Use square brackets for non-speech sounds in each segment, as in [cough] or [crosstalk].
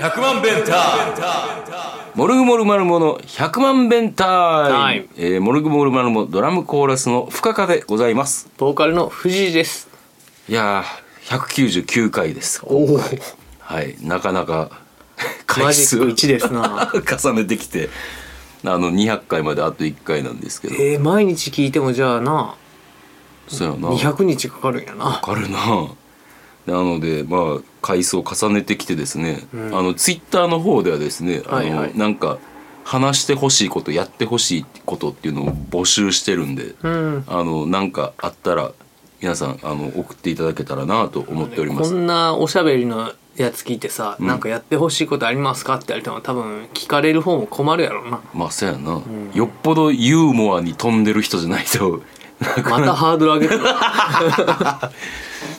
100万ベンターモルグモルマルモの100万ベンタはーイいム、えーモルグモルマルモドラムコーラスの深川でございますボーカルの藤井ですいやー199回ですおおはいなかなか [laughs] マ回ジ数ック1ですな重ねてきてあの200回まであと1回なんですけど [laughs] えー、毎日聞いてもじゃあなそうやな200日かかるんやわなかるななのでまあ回数を重ねてきてですね、んあのツイッターの方ではですね、はいはあいのなんか話してほしいことやってほしいことっていうのを募集してるんで、うんあのなんかあったら皆さんあの送っていただけたらなと思っておりまこす、んなおしゃべりのやつ聞いてさ、なんかやってほしいことありますかって言われても多分聞かれる方も困るやろう [laughs] なまあそうやな、よっぽどユーモアに飛んでる人じゃないと [laughs] またハードル上げてる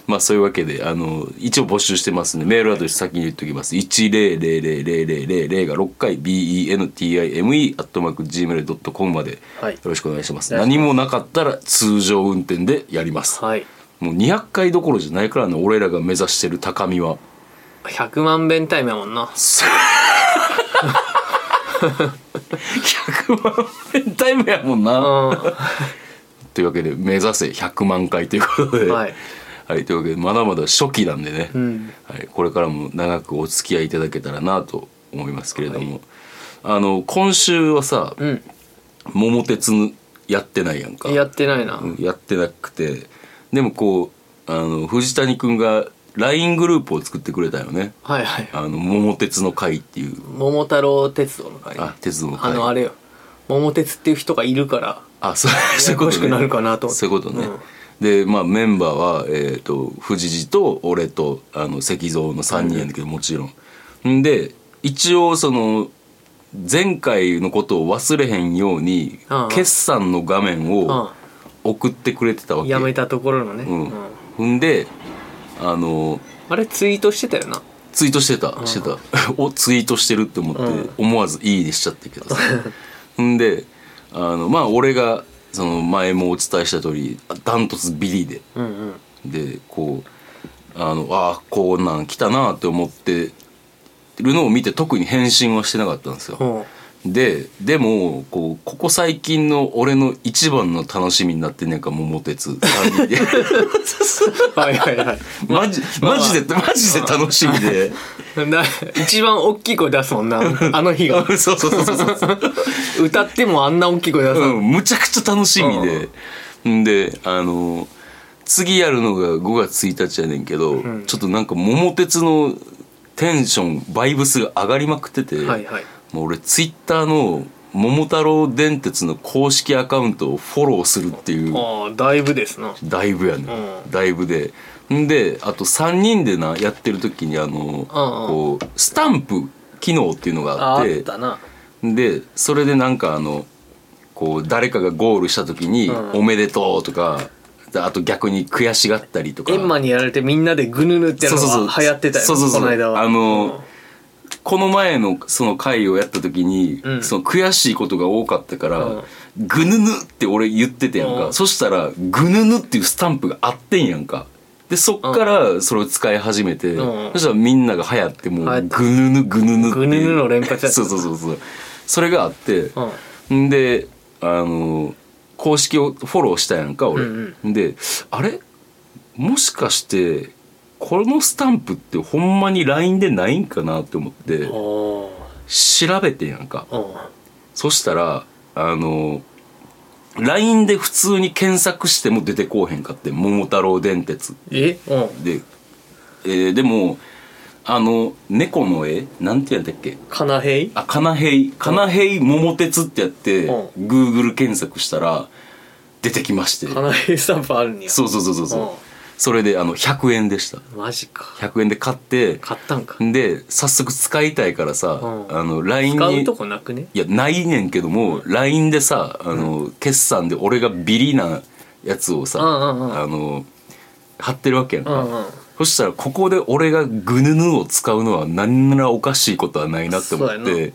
まあそういうわけであの一応募集してますねメールアドレス先に言っておきます1000000が6回 bentime.gmail.com までよはいろしくお願いします、何もなかったら通常運転でやります、 [laughs] はいもう200回どころじゃないからね俺らが目指してる高みは [laughs] 100万弁タイムやもんな100万円タイムやもんな、うというわけで目指せ100万回ということで、はいはいというわけでまだまだ初期なんでね、んはい、これからも長くお付き合いいただけたらなと思いますけれども、あの今週はさん、うん「桃鉄」やってないやんかやってないな、うんやってなくてでもこうあの藤谷君が LINE グループを作ってくれたよねはいはい「あの桃鉄の会」っていう桃太郎鉄道の会あ鉄道のあ会のあれよ桃鉄っていう人がいるからあそうそういうこややことしくなるかなと思ってそういうことね、うんでまあメンバーは、えー、と藤次と俺とあの石像の3人やんだけど、もちろんんで一応その前回のことを忘れへんように、うんうん決算の画面うんを送ってくれてたわけ、やめたところのね、うんうんほんであのあれツイートしてたよなツイートしてたしてた [laughs] おツイートしてるって思って、うん思わず「いい」にしちゃったけどさ [laughs] んであのまあ俺がその前もお伝えした通りダントツビリでうんうんでこうあのああこんなん来たなって思ってるのを見て特に返信はしてなかったんですよ。ほででもこうここ最近の俺の一番の楽しみになってんねんか桃鉄 [laughs] 三人でうはいはいはいマジマジでマジで楽しみ [laughs] で。な一番大きい声出すもんなあの日がそうそうそうそうそう歌ってもあんな大きい声出す、うん、 [laughs] むちゃくちゃ楽しみで、ん、であの次やるのが5月1日やねんけど、んちょっとなんか桃鉄のテンションバイブスが上がりまくってて、はいはいもう俺ツイッターの「桃太郎電鉄」の公式アカウントをフォローするっていうああだいぶですなだいぶやね、うんだいぶでんであと3人でなやってる時にあの、こうスタンプ機能っていうのがあああってったなでそれでなんかあのこう誰かがゴールした時にうん「おめでとう」とか、であと逆に悔しがったりとかエンマにやられてみんなでぐぬぬってやるのが流行ってたよそうそうそうこの間はあのこの前のその回をやった時に、うんその悔しいことが多かったからうん「ぐぬぬ」って俺言っててやんか、うんそしたら「ぐぬぬ」っていうスタンプがあってんやんかでそっからそれを使い始めて、うんそしたらみんなが流行っても流行うっ「たぐぬぬぐぬぬ」っていうぐぬぬの連発や [laughs] ったそうそうそうそうそれがあって、うんうんんであの公式をフォローしたやんか俺、うんであれもしかしてこのスタンプってほんまに LINE でないんかなって思ってお調べてんやんかーそしたらあの LINE で普通に検索しても出てこうへんかって「桃太郎電鉄えうん」で、えーでもあの猫の絵なんてやったっけカナヘイあ、かなへい、かなへい桃鉄ってやって、うん Google 検索したら、出てきまして。カナヘイスタンプあるんやそうそうそうそうそううん。それで、あの、100円でした。マジか100円で買って、買ったんかで、早速使いたいからさ、うんあの、LINE 使うにと、こなくねいや、ないねんけども、LINE でさ、あの、決算で俺がビリなやつをさ、うんうんうんあの、貼ってるわけやんうか。んうんそしたらここで俺がグヌヌを使うのは何ならおかしいことはないなって思っそうやて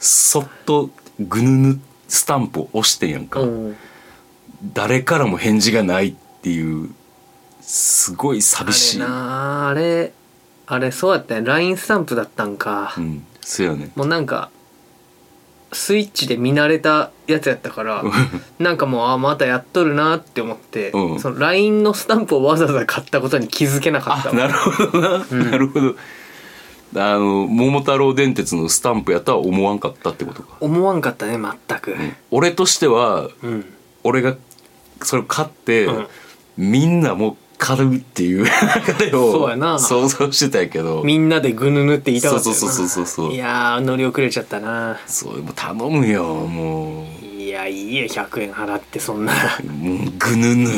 そっとグヌヌスタンプを押してんやんか、うん誰からも返事がないっていうすごい寂しいあれなああれあれそうやったね LINE スタンプだったんか、うんそうやねもうなんかスイッチで見慣れたやつやったから [laughs] なんかもうあまたやっとるなって思って、うんその LINE のスタンプをわざわざ買ったことに気づけなかったあ [laughs] わなるほどな、んなるほどあの桃太郎電鉄のスタンプやとは思わんかったってことか、思わんかったね全く俺としてはうん、俺がそれを買って、うんみんなもう買うっていう [laughs] 流れそうやなを想像してたんやけどみんなでぐぬぬって言いたかったよなそうそうそうそうそうやー乗り遅れちゃったなそうもう頼むよもういやいいや100円払ってそんなもうぐぬ [laughs] ぬ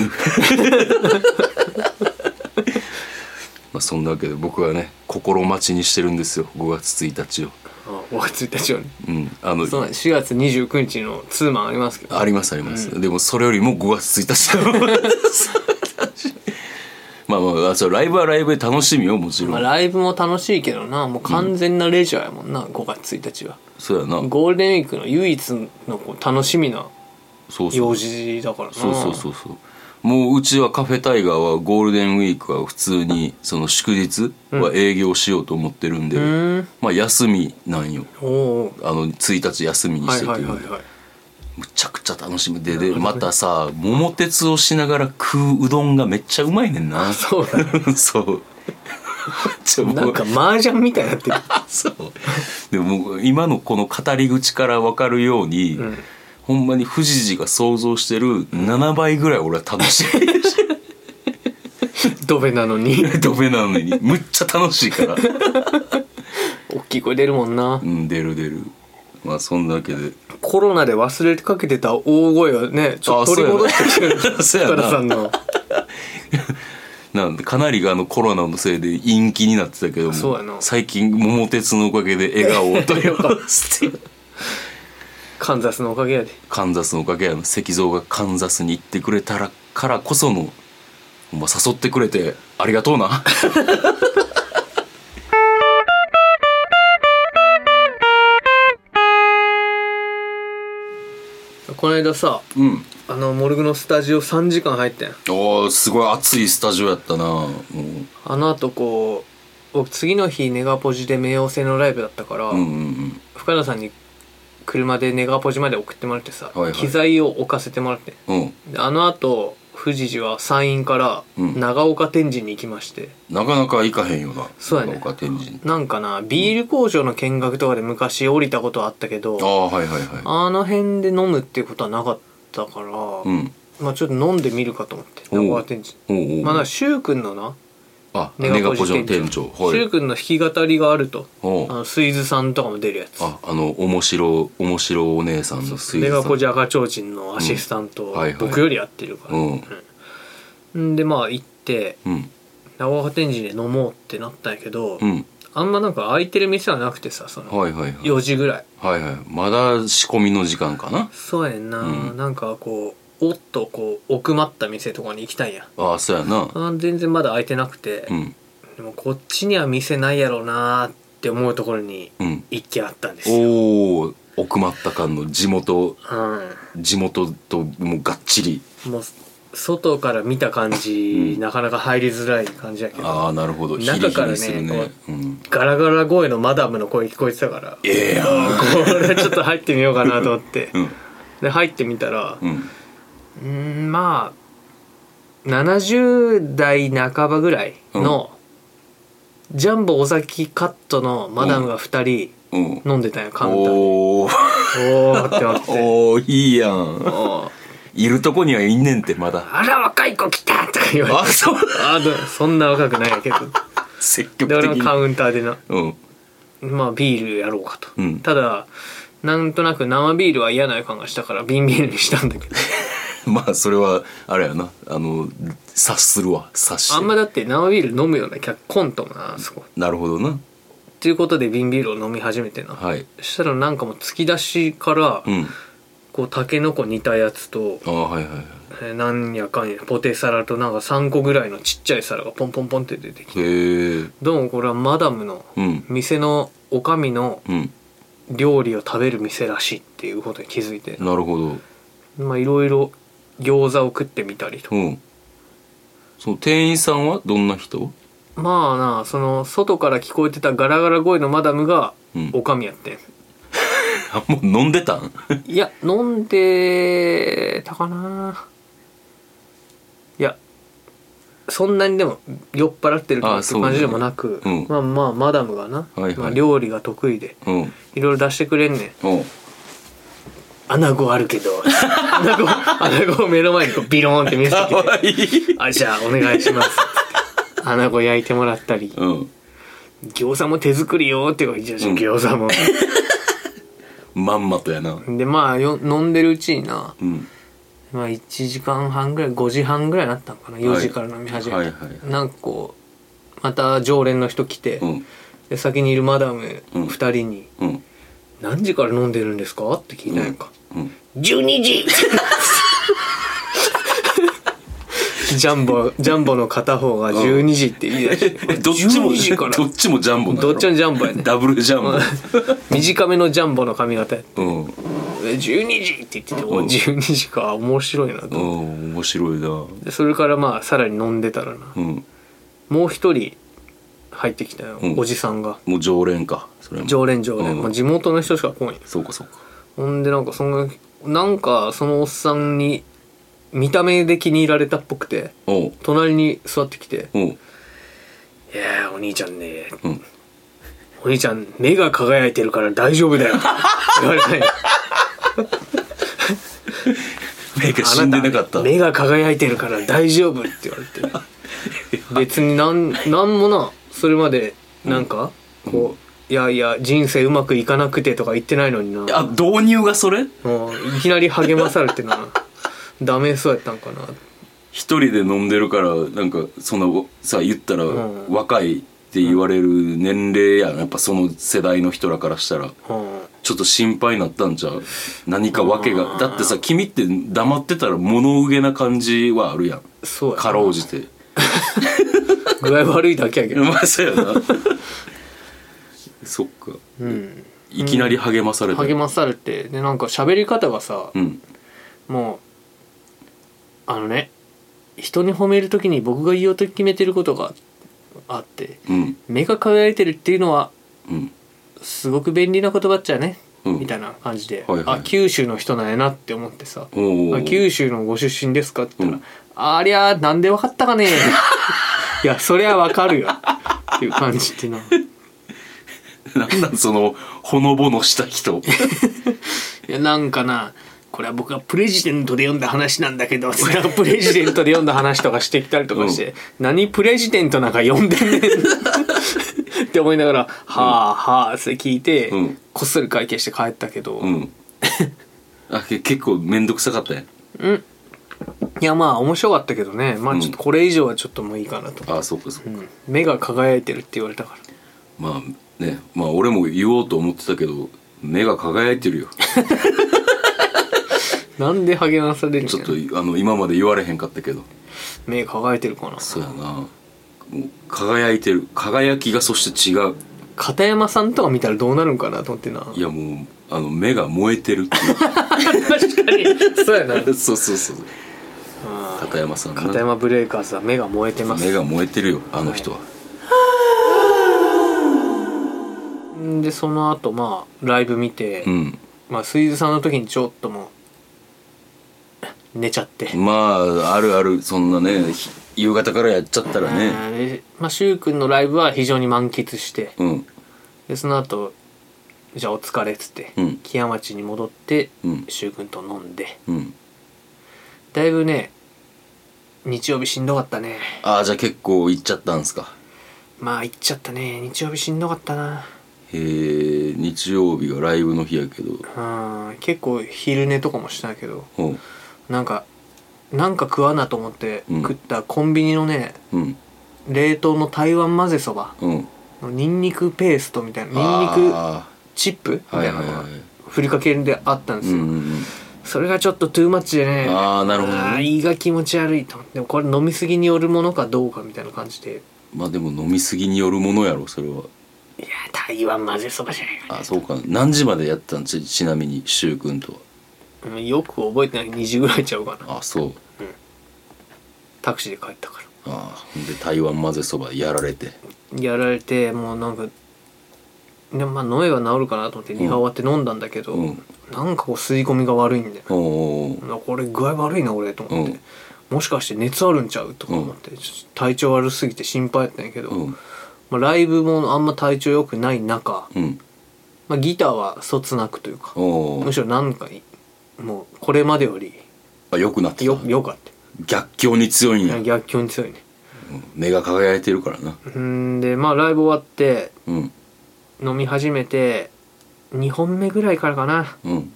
まあそんなわけで僕はね心待ちにしてるんですよ5月1日を [laughs] あ5月1日はねうんあのそうなんです4月29日のツーマンありますけどありますあります、でもそれよりも5月1日 [laughs] [laughs] まあまあそうライブはライブで楽しみよもちろん、まあ、ライブも楽しいけどなもう完全なレジャーやもんな、5月1日はそうやなゴールデンウィークの唯一のこう楽しみなそうそう用事だからなそうそうそうそうもううちはカフェタイガーはゴールデンウィークは普通にその祝日は営業しようと思ってるんで、うんまあ休みなんよおおあの1日休みにはしいてて、はいはいはいむちゃくちゃ楽しみででまたさ桃鉄をしながら食ううどんがめっちゃうまいねんなそう [laughs] [laughs] だそうちょもうなんか麻雀みたいにな [laughs] ってるそうでももう今のこの語り口から分かるように、んほんまに富士寺が想像してる7倍ぐらい俺は楽しい [laughs] ドベなのに [laughs] ドベなのにむっちゃ楽しいから大きい声出るもんなうん出る出るまあそんなわけでコロナで忘れかけてた大声がねちょっと取り戻してきてる [laughs] あそうや塚な田そうさやんのなんでかなりあのコロナのせいで陰気になってたけどそうやなも最近桃鉄のおかげで笑顔を取り [laughs] 戻してカンザスのおかげやでカンザスのおかげやの石像がカンザスに行ってくれたらからこそのほんま誘ってくれてありがとう [laughs] なこの間さうんあのモルグのスタジオ3時間入ったやんおーすごい熱いスタジオやったなもうんあのあとこう僕次の日ネガポジで冥王星のライブだったから、うんうん深田さんに車でネガポジまで送ってもらってさ、はいはい機材を置かせてもらってうんうんであのあと富士寺は山陰からうん長岡天神に行きまして、なかなか行かへんよなそうやね岡天神なんかなビール工場の見学とかで昔降りたことはあったけどああはいはいはいあの辺で飲むっていうことはなかったから、うんまあちょっと飲んでみるかと思っておう長岡天神おうおうまあだから柊君のなあネネガガポポジジの店店長長柊君の弾き語りがあるとおあうのスイズさんとかも出るやつああの面白面白お姉さんの水ネガポジジ赤ちょうちんのアシスタントんはいはい僕よりやってるから、うんうんでまあ行ってうん長岡天神で飲もうってなったんやけど、うんあんまなんか空いてる店はなくてさそのはいはいはい4時ぐらいはいはいまだ仕込みの時間かなそうやねんな、うんなんかこうおっとこう奥まった店とかに行きたいんやああそうやなあ全然まだ空いてなくて、うんでもこっちには店ないやろうなーって思うところにうん一軒あったんですよ、おお奥まった感の地元う地元ともうがっちりん、もう外から見た感じ、うんなかなか入りづらい感じやけどああなるほどヒ中リヒからねリするねうんガラガラ声のマダムの声聞こえてたからええやんこれちょっと入ってみようかなと思ってうんで入ってみたらうんうんまあ70代半ばぐらいの、ジャンボ尾崎カットのマダムが2うん人飲んでたんやカウンターでおおおおってなって [laughs] おおいいやんいるとこにはいんねんってまだあら若い子来たとか言われてあそうあでもそんな若くないや [laughs] けど積極で的俺もにカウンターでなうんまあビールやろうかと、うんただなんとなく生ビールは嫌な予感がしたから瓶ビールにしたんだけど [laughs] まあそれはあれやなあの察するわ察してあんまだって生ビール飲むような客コントもなあそこなるほどなということで瓶ビールを飲み始めてな、はいそしたらなんかもう突き出しから、うんこうたけのこ煮たやつと、ああはいはいはいえーなんやかんやポテサラとなんか3個ぐらいのちっちゃい皿がポンポンポンって出てきてへえどうもこれはマダムのうん店のおかみのうん料理を食べる店らしいっていうことに気づいてなるほどまあいろいろ餃子を食ってみたりとうんその店員さんはどんな人 [laughs] まあなその外から聞こえてたガラガラ声のマダムがうんおかみやってん、あもう飲んでたんいや飲んでたかないやそんなにでも酔っ払ってるとかあってそう感じでもなくうんまあまあマダムがな、はいはいまあ、料理が得意でうんいろいろ出してくれんねんおう穴子あるけど穴 [laughs] 子穴子を目の前にこうビローンって見せてきてわいいあじゃあお願いしますって穴子焼いてもらったり [laughs] うん餃子も手作りよっていうからじゃあうん餃子も、まんまとやなでまあよ飲んでるうちにな、うんまあ、1時間半ぐらい5時半ぐらいになったのかな4時から飲み始めて、はいはいなんかこうまた常連の人来て、うんで先にいるマダムうん2人にうん「何時から飲んでるんですか?」って聞いたんやんか、うん12時 [laughs] ジャンボジャンボの片方が12時って言い出して、 [laughs] どっちも12時からどっちもジャンボなのどっちもジャンボやねダブルジャンボ短めのジャンボの髪型やうん12時って言ってておうん12時か面白いなうとん面白いなでそれからまあさらに飲んでたらなうんもう一人入ってきたよ、うんおじさんがもう常連かそれも常連常連、うんまあ、地元の人しか来ないそうかそうかほんでなんかそのなんかそのおっさんに見た目で気に入られたっぽくておう隣に座ってきておう「いやーお兄ちゃんねうんお兄ちゃん目が輝いてるから大 [laughs] 丈夫だよ」って言われたんよ目が [laughs] 死んでなかったあた目が輝いてるから大丈夫って言われて [laughs] 別になんなんもなそれまでなんかこう「いやいや人生うまくいかなくて」とか言ってないのになあ導入がそれもういきなり励まされてなダメそうやったんかな一人で飲んでるからなんかそんなさ言ったらん若いって言われる年齢やんやっぱその世代の人らからしたらうんちょっと心配になったんちゃう何か訳がだってさ君って黙ってたら物憂げな感じはあるやんそうやなかろうじて具合悪いだけやけうどまそう [laughs] やなそっかうんいきなり励まされた励まされてでなんか喋り方がさうんもうあのね人に褒める時に僕が言おうと決めてることがあってうん目が輝いてるっていうのはうんすごく便利な言葉っちゃね、うんみたいな感じで、はいはいあ九州の人なんやなって思ってさおーあ九州のご出身ですか?」って言ったらうん「ありゃーなんでわかったかね [laughs] いやそりゃわかるよ」っていう感じってな「なんなんそのほのぼのした人いやなんかなこれは僕がプレジデントで読んだ話なんだけ [laughs] ど」なん [laughs] かプレジデントで読んだ話とかしてきたりとかして「何プレジデントなんか読んでんねん」 [laughs] って思いながら「はあはあ」って聞いて、うんこっそり会計して帰ったけど、うんあけ結構面倒くさかったやんいやまあ面白かったけどねまあちょっとこれ以上はちょっともういいかなと、あそうかそうか、うん目が輝いてるって言われたからまあねまあ俺も言おうと思ってたけど目が輝いてるよなんで励まされるんやちょっとあの今まで言われへんかったけど目輝いてるかなそうやなもう輝いてる輝きがそして違う片山さんとか見たらどうなるんかなと思ってないやもうあの目が燃えてるって確かにそうやないう [laughs] そうそうそう片山さんな片山ブレイカーズは目が燃えてます目が燃えてるよあの人は、でその後まあライブ見て、うんまあ水津さんの時にちょっともう寝ちゃって、まああるあるそんなねひ夕方からやっちゃったらねうんでまあ柊君のライブは非常に満喫してうんでその後じゃあお疲れっつって、うん木屋町に戻ってうん柊君と飲んでうんだいぶね日曜日しんどかったねああじゃあ結構行っちゃったんすかまあ行っちゃったね日曜日しんどかったなへえ日曜日がライブの日やけどうん結構昼寝とかもしたけどうんなんかなんか食わなと思ってうん食ったコンビニのね、うん冷凍の台湾混ぜそばうんのニンニクペーストみたいなニンニクあチップみーはたいいはないのはがふりかけであったんでいすうよ、んうんうんそれがちょっとトゥーマッチでねあーなるほどねあー胃が気持ち悪いと思ってでもこれ飲みすぎによるものかどうかみたいな感じでまあでも飲みすぎによるものやろそれはいや台湾混ぜそばじゃないかあそうか何時までやったんちちなみに柊君とうんよく覚えてない2時ぐらいちゃうかなはあそうタクシーで帰ったからああで台湾混ぜそばやられてやられてもうなんかでまあ飲めば治るかなと思ってリハ終わって飲んだんだけど、うんなんかこう吸い込みが悪いんだよね、おおあこれ具合悪いな俺と思って、うんもしかして熱あるんちゃうとか思って、ちょっと体調悪すぎて心配やったんやけど、うんまあ、ライブもあんま体調良くない中、うんまあ、ギターはそつなくというかおおむしろなんかもうこれまでよりあよくなってよたよかっ逆境に強いんたや逆境に強いね目が輝いてるからなんでまあライブ終わってうん飲み始めて2本目ぐらいからかなうん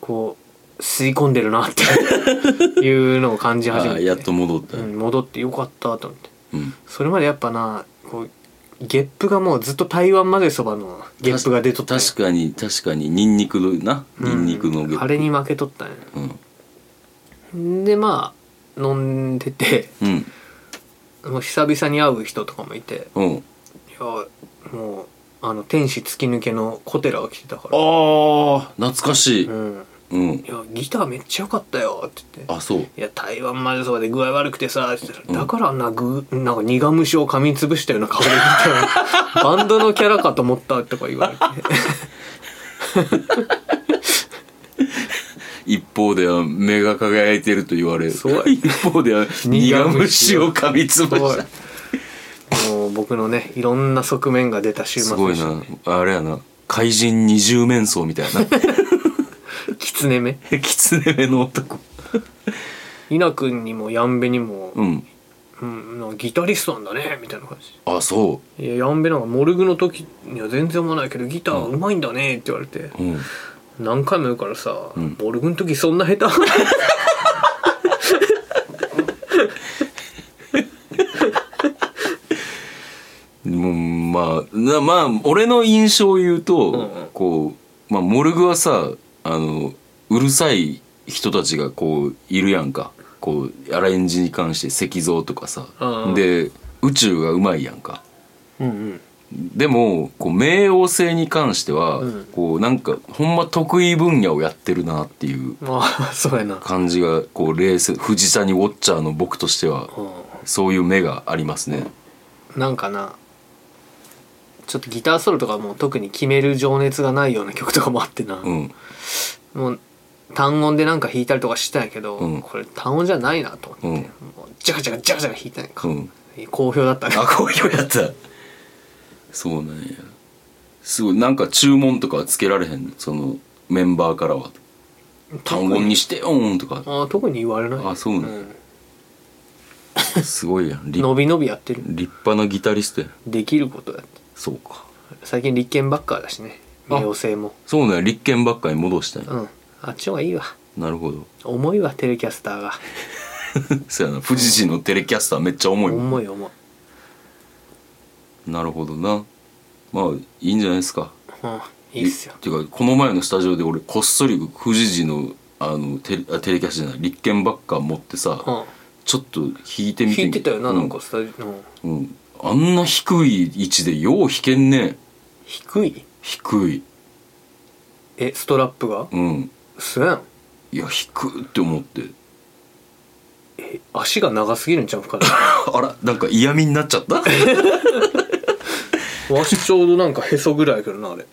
こう吸い込んでるな [laughs] っていうのを感じあ始めあてやっと戻ったうん、戻ってよかったと思ってうんそれまでやっぱなこうゲップがもうずっと台湾まぜそばのゲップが出とったんよ確かに確かにニンニクのなニンニクのうんあれに負けとったんやうんでまあ飲んでてうんもう久々に会う人とかもいてうんいやもうあの天使突き抜けの小寺が来てたからああ懐かしいうんうんいやギターめっちゃ良かったよって言ってあそういや台湾までそばで具合悪くてさって言ったらだからあんなぐなんか苦虫を噛みつぶしたような顔で見 [laughs] てバンドのキャラかと思ったとか言われて一方では目が輝いてると言われそう [laughs] 一方では苦虫を噛みつぶしたすごいもう僕のねいろんな側面が出た週す末ごでいしたなあれやな怪人二重面相みたいな [laughs] 狐目狐目の男稲君にもヤンベにも、うんうんなんかギタリストなんだねみたいな感あそじいやヤンベなんかモルグの時には全然思わないけどギターうまいんだねって言われてううん何回も言うからさ、んモルグの時そんな下手うんまあなまあ俺の印象を言うと、んうんこう、まあ、モルグはさあのうるさい人たちがこういるやんかこうアレンジに関して石像とかさ、うんうんで宇宙がうまいやんかうんうんでもこう冥王星に関しては、うんこうなんかほんま得意分野をやってるなっていうまあ [laughs] そうやな、感じがこう冷静藤谷ウォッチャーの僕としてはうそういう目がありますね。ん、なんかなちょっとギターソロとかも特に決める情熱がないような曲とかもあってな、うん、もう単音でなんか弾いたりとかしてたんやけど、うんこれ単音じゃないなと思って、うんもうジャカジャカジャカジャカ弾いたんやか、うん好評だったねあこういうやったそうなんやすごいなんか注文とかはつけられへんそのメンバーからは単語にしてよーんとかあ特に言われないあそうなんんすごいやん立伸び伸びやってる立派なギタリストやんできることだってそうか最近立憲ばっかだしねあ冥王星もそうなんや立憲ばっかに戻したんうやんあっちの方がいいわなるほど [laughs] 重いわテレキャスターがそうやな富士人のテレキャスターめっちゃ重いもん重い重い、なるほどなまあいいんじゃないですかうん、いいっすよていうかこの前のスタジオで俺こっそり富士人のあのテレあテレキャスターじゃない立憲ばっか持ってさ、うんちょっと弾いてみて弾みいてたよな、うなんかスタジオ、うんうん、あんな低い位置でよう弾けんね低い低いえストラップがうんすやんいや低いって思って [laughs] え足が長すぎるんちゃうかな [laughs] あらなんか嫌味になっちゃ [laughs] ったわしちょうどなんかへそぐらいやけどなあれ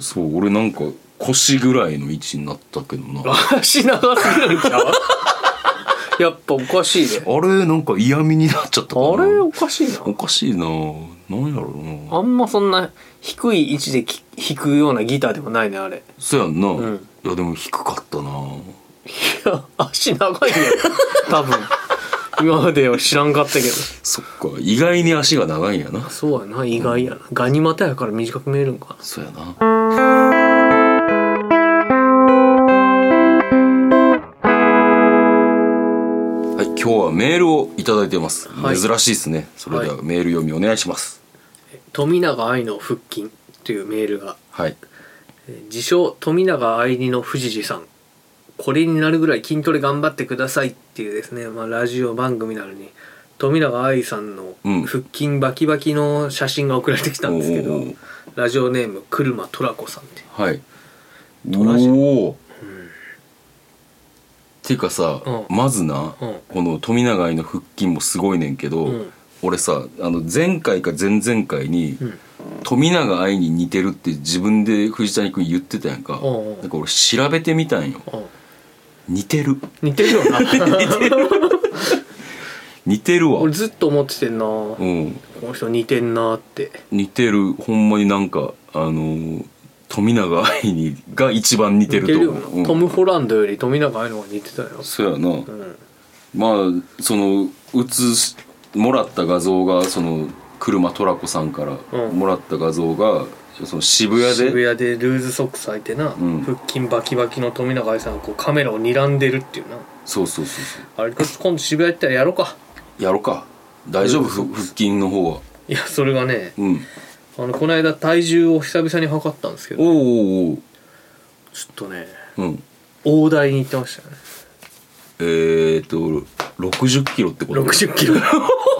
そう俺なんか腰ぐらいの位置になったけどなあわし長すぎるんち [laughs] ゃうやっぱおかしいねれなんか嫌味になっちゃったあかなれおかしいなおかしいななんやろうなあんまそんな低い位置でき弾くようなギターでもないねあれそやんな、うんいやでも低かったないや足長いね多分今までは知らんかったけどそっか意外に足が長いんやなそうやな意外やなガニ股やから短く見えるんかなそうやなはい、今日はメールをいただいてます、はい珍しいですねそれでははメール読みお願いします富永愛の腹筋というメールがはいえー自称富永愛理の藤次さんこれになるぐらい筋トレ頑張ってくださいっていうですね、まあ、ラジオ番組なのに富永愛さんのうん腹筋バキバキの写真が送られてきたんですけど、おーラジオネーム車トラコさんってはいラジおおていうかさ、うまずな、うんこの富永愛の腹筋もすごいねんけど、ん俺さあの前回か前々回に、ん富永愛に似てるって自分で藤谷君言ってたやんか、うんうんなんか俺調べてみたんようん似て [laughs] る似てるよ [laughs] な似てるわ俺ずっと思っててんなこうんの人似てんなって似てるほんまになんかあのー富永愛にが一番似て似てるるとよ思なう、うんトム・ホランドより富永愛の方が似てたよそうやな、うんまあその写しもらった画像がその車トラコさんからうんもらった画像が、その渋谷で渋谷でルーズソックス履いてな、ん腹筋バキバキの富永愛さんがこうカメラを睨んでるっていうなそうそうそうそあれ今度渋谷行ったらやろうかうやろか大丈夫ふ腹筋の方はいやそれがねうんあのこの間体重を久々に測ったんですけおどちょうおうおうっとねうん大台に行ってましたねえー、っと60キロってこと60キロ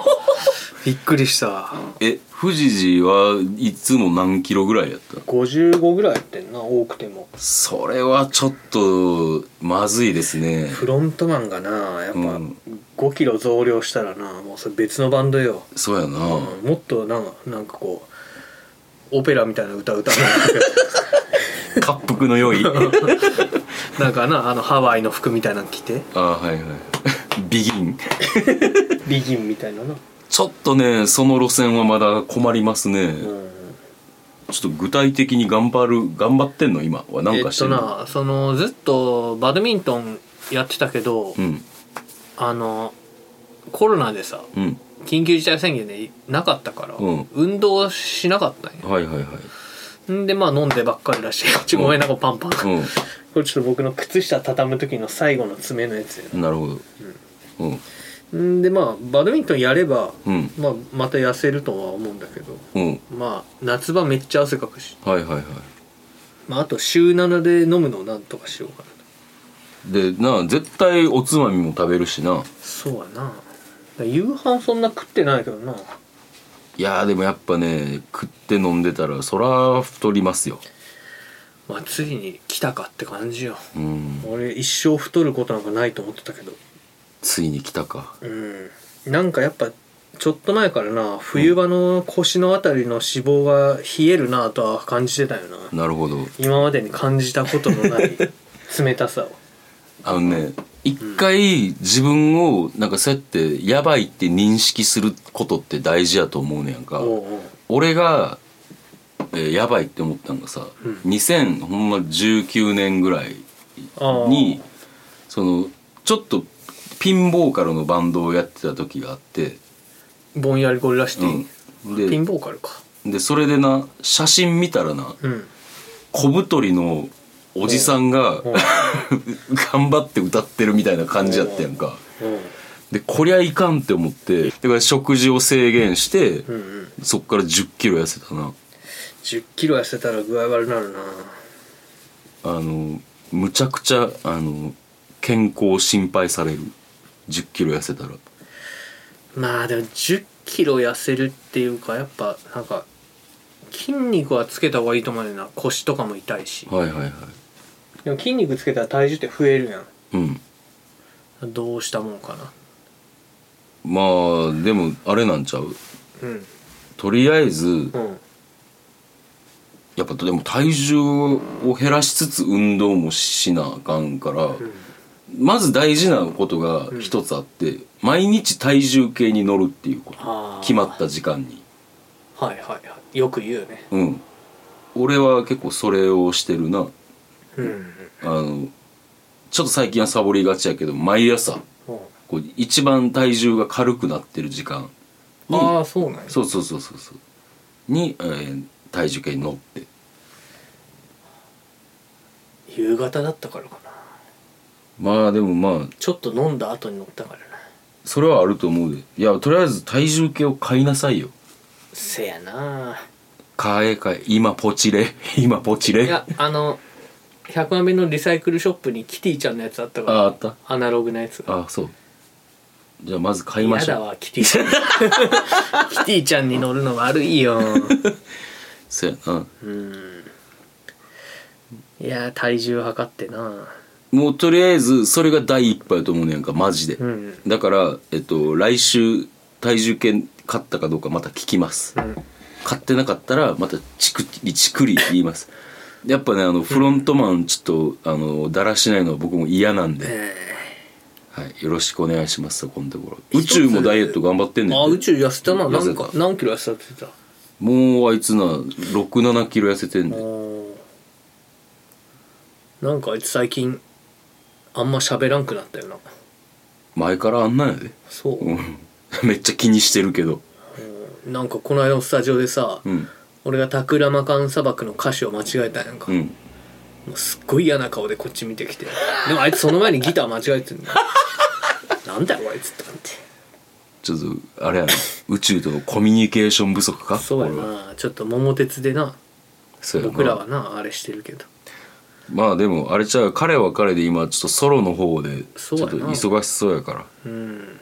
[laughs] びっくりしたえ富士寺はいつも何キロぐらいやった55ぐらいやってんな多くてもそれはちょっとまずいですねフロントマンがなやっぱうん5キロ増量したらなもうそれ別のバンドよ、そうやな、うんもっとななんかこうオペラみたいな歌歌う滑覆の良 [laughs] い [laughs] なんかなあのハワイの服みたいなの着 [laughs] てあはい [laughs] はいビギンビギンみたいなな、ちょっとねその路線はまだ困りますね、うんちょっと具体的に頑張る頑張ってんの今はなんかしてる、えっとなそのずっとバドミントンやってたけど、うんあのコロナでさうん緊急事態宣言でなかったから、うん運動しなかったんよはいはいはいんでまあ飲んでばっかりだしちょごめんなこれパンパン、こうれちょっと僕の靴下畳む時の最後の爪のやつんなるほどうんやんでまあバドミントンやれば、うんまあ、また痩せるとは思うんだけどうんまあ夏場めっちゃ汗かくし、はいはいはいまあ、あと週7で飲むのをなんとかしようかなでな絶対おつまみも食べるしなそうやなだから夕飯そんな食ってないけどないやーでもやっぱね食って飲んでたらそら太りますよまあついに来たかって感じようん俺一生太ることなんかないと思ってたけどついに来たかうんなんかやっぱちょっと前からな冬場の腰のあたりの脂肪が冷えるなとは感じてたよななるほど今までに感じたことのない [laughs] 冷たさをあのね一回自分をなんかそうやってやばいって認識することって大事やと思うねやんかおうおう俺が、えーやばいって思ったのがさ、うん2000ほんま19年ぐらいああにそのちょっとピンボーカルのバンドをやってた時があって、ぼんやりゴリラシティ、うんピンでボーカルかでそれでな写真見たらなうん小太りのおじさんが [laughs] うん頑張って歌ってるみたいな感じやったやんか。でこりゃいかんって思ってだから食事を制限して、うんうんそっから1 0キロ痩せたな1 0キロ痩せたら具合悪なるなあのむちゃくちゃあの健康を心配される1 0キロ痩せたらまあでも1 0キロ痩せるっていうかやっぱなんか筋肉はつけた方がいいと思うねんな腰とかも痛いしはいはいはいでも筋肉つけたら体重って増えるやうんんどうしたもんかなまあでもあれなんちゃううんとりあえずうんやっぱでも体重を減らしつつ運動もしなあかんから、まず大事なことが一つあって、毎日体重計に乗るっていうことあー決まった時間にはいはいはいよく言うねうん俺は結構それをしてるなうんあのちょっと最近はサボりがちやけど毎朝こう一番体重が軽くなってる時間にああそうなんやそうそうそうそうそうに、えー体重計に乗って夕方だったからかなまあでもまあちょっと飲んだ後に乗ったからなそれはあると思うでいやとりあえず体重計を買いなさいよせやな買え買え今ポチれ [laughs] 今ポチいれあやあの100万円のリサイクルショップにキティちゃんのやつあったからあったアナログなやつがあそうじゃあまず買いま嫌しだょうわキテ [laughs] ィちゃんキティちゃんに乗るの悪いよそうやな、うんいや体重測ってなもうとりあえずそれが第一歩やと思うねやんかマジで、んだから、えっと、来週体重計買ったかどうかまた聞きます、買ってなかったらまたチクリチクリ言いますやっぱねあのフロントマンちょっと、あのだらしないのは僕も嫌なんで、はい、よろしくお願いしますそこのところ宇宙もダイエット頑張ってんねんあ宇宙痩せたな痩何せかた何キロ痩せたって言ってたもうあいつな67キロ痩せてんねんなんかあいつ最近あんま喋らんくなったよな前からあんなんやでそう、うん [laughs] めっちゃ気にしてるけどなんかこの間のスタジオでさ、うん俺が「タクラマカン砂漠」の歌詞を間違えたやんか、うんもうすっごい嫌な顔でこっち見てきてでもあいつその前にギター間違え [laughs] てんのなんだよこいつってなってちょっとあれやな宇宙とのコミュニケーション不足かそうや俺はなちょっと桃鉄でなそうやな僕らはなあれしてるけどまあでもあれちゃう彼は彼で今ちょっとソロの方でちそうょやっとな忙しそうやからうん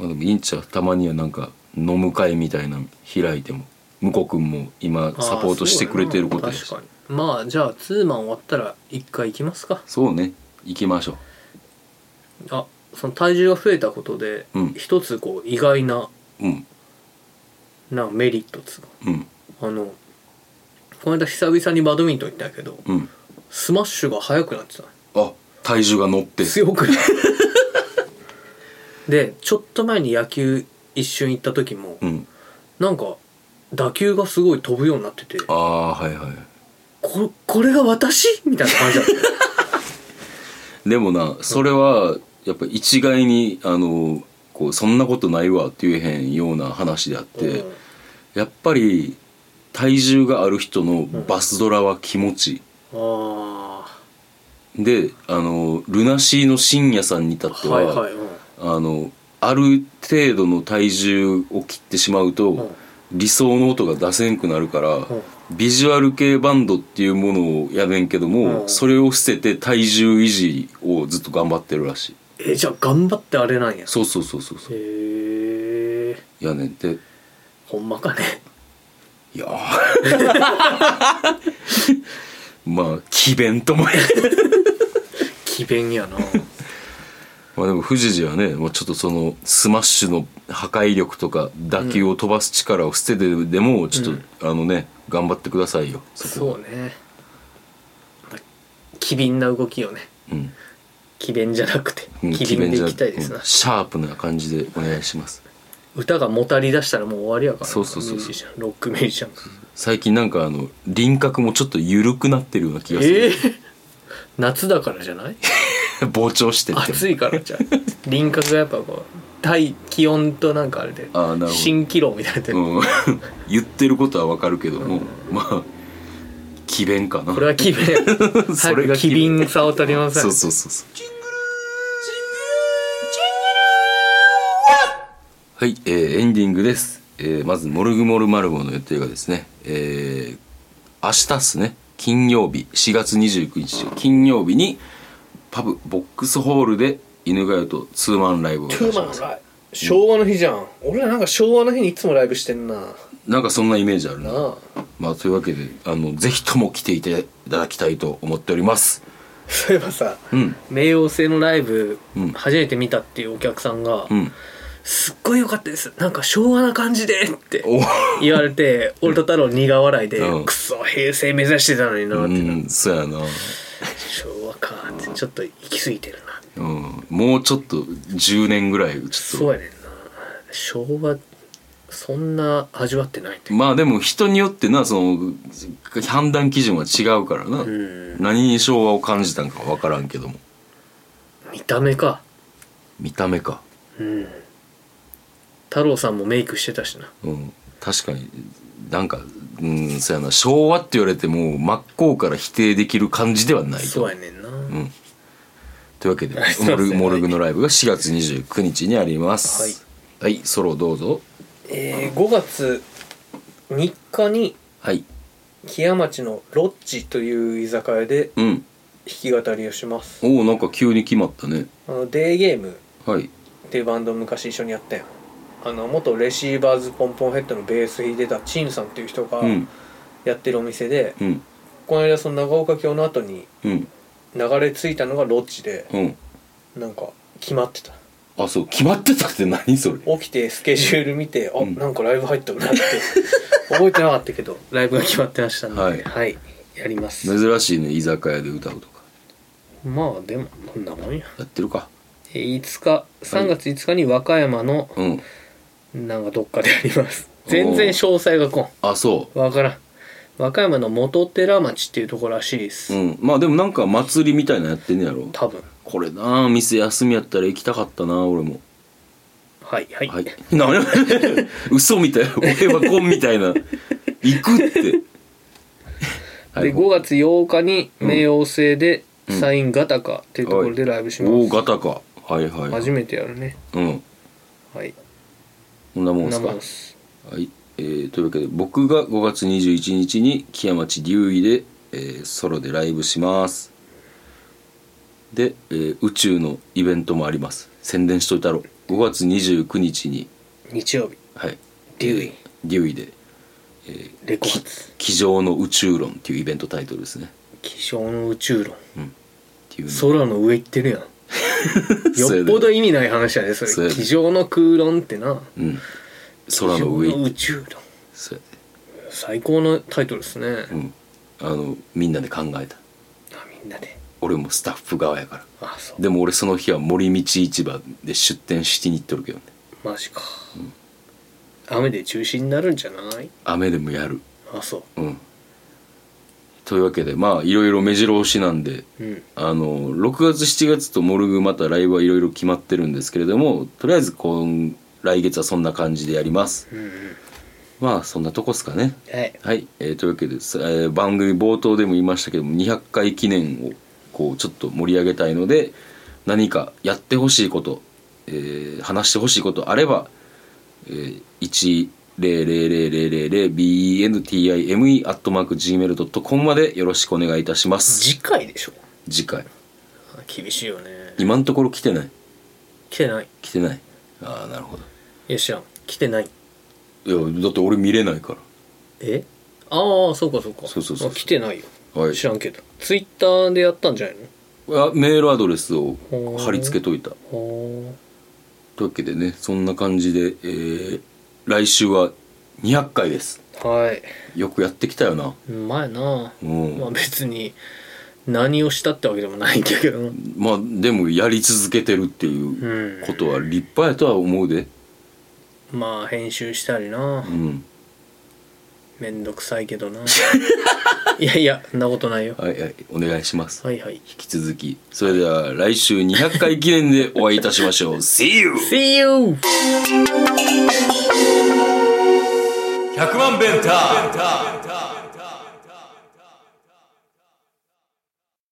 まあでもいいんちゃうたまにはなんか飲む会みたいなの開いても向こう君も今サポートしてくれてることあやーしそうやな確かにまあじゃあツーマン終わったら一回行きますかそうね行きましょあその体重が増えたことで、うん一つこう意外なううんなんかメリットっつうかうんあのこの間久々にバドミントン行ったんやけどうんスマッシュが速くなってたあ体重が乗って強 [laughs] くなってでちょっと前に野球一瞬行った時も、うんなんか打球がすごい飛ぶようになっててああはいはいここれが私みたいな感じだったよでもなそれはやっぱ一概にあのこうそんなことないわって言えへんような話であ [laughs] って、うんやっぱり体重がある人のバスドラは気持ちいい、あであのルナシーの深夜さんに至ってあは、はいはい、うんあのある程度の体重を切ってしまうと、うん理想の音が出せんくなるから、んビジュアル系バンドっていうものをやねんけども、うんそれを捨てて体重維持をずっと頑張ってるらしいえじゃあ頑張ってあれなんやそうそうそうそうそうへえやねんてほんまかねいやー [laughs] まあ詭弁ともや奇弁やなまあでも藤次はね、まあ、ちょっとそのスマッシュの破壊力とか打球を飛ばす力を捨ててでもちょっと、あのね頑張ってくださいよ [laughs] そこそうねまあ機敏な動きをねうん機弁じゃなくてうん機敏でいきたいですうな、んシャープな感じでお願いします歌がもたり出したらもう終わりやからなそうそうそうそうミュージシャンロックミュージシャン最近なんかあの輪郭もちょっと緩くなってるような気がすええる、 [laughs] 夏だからじゃない [laughs] 膨張してって暑いからじゃん輪郭がやっぱこう対気温となんかあれであーなるほど蜃気楼みたいな、うん、 [laughs] 言ってることはわかるけども、まあ詭弁かなこれは機弁 [laughs] そ早れがく機機敏敏さを取りませんそうそうそうそうはい、えーエンディングです、えーまず「モルグモルマルモ」の予定がですね、えー明日っすね金曜日4月29日金曜日にパブボックスホールで犬が代とツーマンライブをいたしますイブ昭和の日じゃん、俺らなんか昭和の日にいつもライブしてんなななんかそんなイメージあるなあまあというわけであのぜひとも来ていただきたいと思っておりますそういえばさ、うん冥王星のライブうん初めて見たっていうお客さんが「うんすっごい良かったですなんか昭和な感じで」ってお言われて俺と太郎苦笑いでう「んくそ平成目指してたのにな」うってな、んそうやな昭和か」ってちょっと行き過ぎてるなうん、もうちょっと10年ぐらいちそょっうやねんな昭和そんな味わってないんだとよまあでも人によってなその判断基準は違うからな、ん何に昭和を感じたんか分からんけども見た目か見た目か、うん太郎さんもメイクしてたしなうん、確かになんか、うん、そうやな昭和って言われても真っ向から否定できる感じではないそうとやねんな、んというわけではいモル [laughs] そうですねモルグのライブが4月29日にありますはい、ソロどうぞえー、5月3日にはい木屋町のロッジという居酒屋でうん弾き語りをしますおおんか急に決まったねあのデーゲームはいっていうバンド昔一緒にやったよあの元レシーバーズポンポンヘッドのベース弾いてたチンさんっていう人がうんやってるお店で、うんこの間その長岡京の後にうん流れ着いたのがロッジでうんなんか決まってたあそう決まってたって何それ起きてスケジュール見て、うんあなんかライブ入ったなって覚えてなかったけど [laughs] ライブが決まってましたんではいはい、やります珍しいね居酒屋で歌うとかまあでもこんなもんややってるかえー5日3月5日に和歌山のうんなんかどっかでやります全然詳細がこあそんわからん和歌山の元寺町っていうところらしいです、ううんまあでもなんか祭りみたいなのやってんねやろ多分これなあ店休みやったら行きたかったな俺もはいはい、はい [laughs] 何や嘘みたい俺はこんみたいな行くってはいで5月8日に冥王星でサインガタカっていうところでライブします、大型かはいはいはい初めてやるねうんはいこんなもんすか生ですはい、えーというわけで僕が5月21日に木屋町竜医で、えーソロでライブしますで、えー宇宙のイベントもあります宣伝しといたろ5月29日に日曜日はい竜医竜医でレコ発「机上の宇宙論」っていうイベントタイトルですね気象の宇宙論っていうの空の上行ってるやんそうよやっでぽど意味ない話やねそそうやれで気上の空論ってなうん、空の上気象行っ宇て宙論そうや最高のタイトルですね、でうんあのみんなで考えたあみんなで俺もスタッフ側やからあそうでも俺その日は森道市場で出店しに行っとるけどねマジか、雨で中止になるんじゃない雨でもやるあそうんというわけでまあいろいろ目白押しなんでううんあの6月7月とモルグまたライブはいろいろ決まってるんですけれどもとりあえず今来月はそんな感じでやりますうんうんまあそんなとこっすかねはいはい、えーというわけです、えー番組冒頭でも言いましたけども200回記念をこうちょっと盛り上げたいので何かやってほしいこと、えー話してほしいことあれば、えー、1000000bentime.gmail.com までよろしくお願いいたします次回でしょ次回あ厳しいよね今のところ来てない来てない来てないああなるほよしやん来てないどいやだって俺見れないかえああそうかそうかそうそうそうあ来てないよらはい知らんけどツイッターでやったんじゃないのあメールアドレスを貼り付けといたほというわけでねそんな感じで、えー来週は200回ですーはいよくやってきたよなうまいなうんまあ別に何をしたってわけでもないんだけどなまあでもやり続けてるっていうことは立派やとは思うでまあ編集したりなうんめんどくさいけどないやいやそんなことないよはいはいお願いします、はいはい引き続きそれでは来週200回記念でお会いいたしましょう See you! See you! 100万ベンター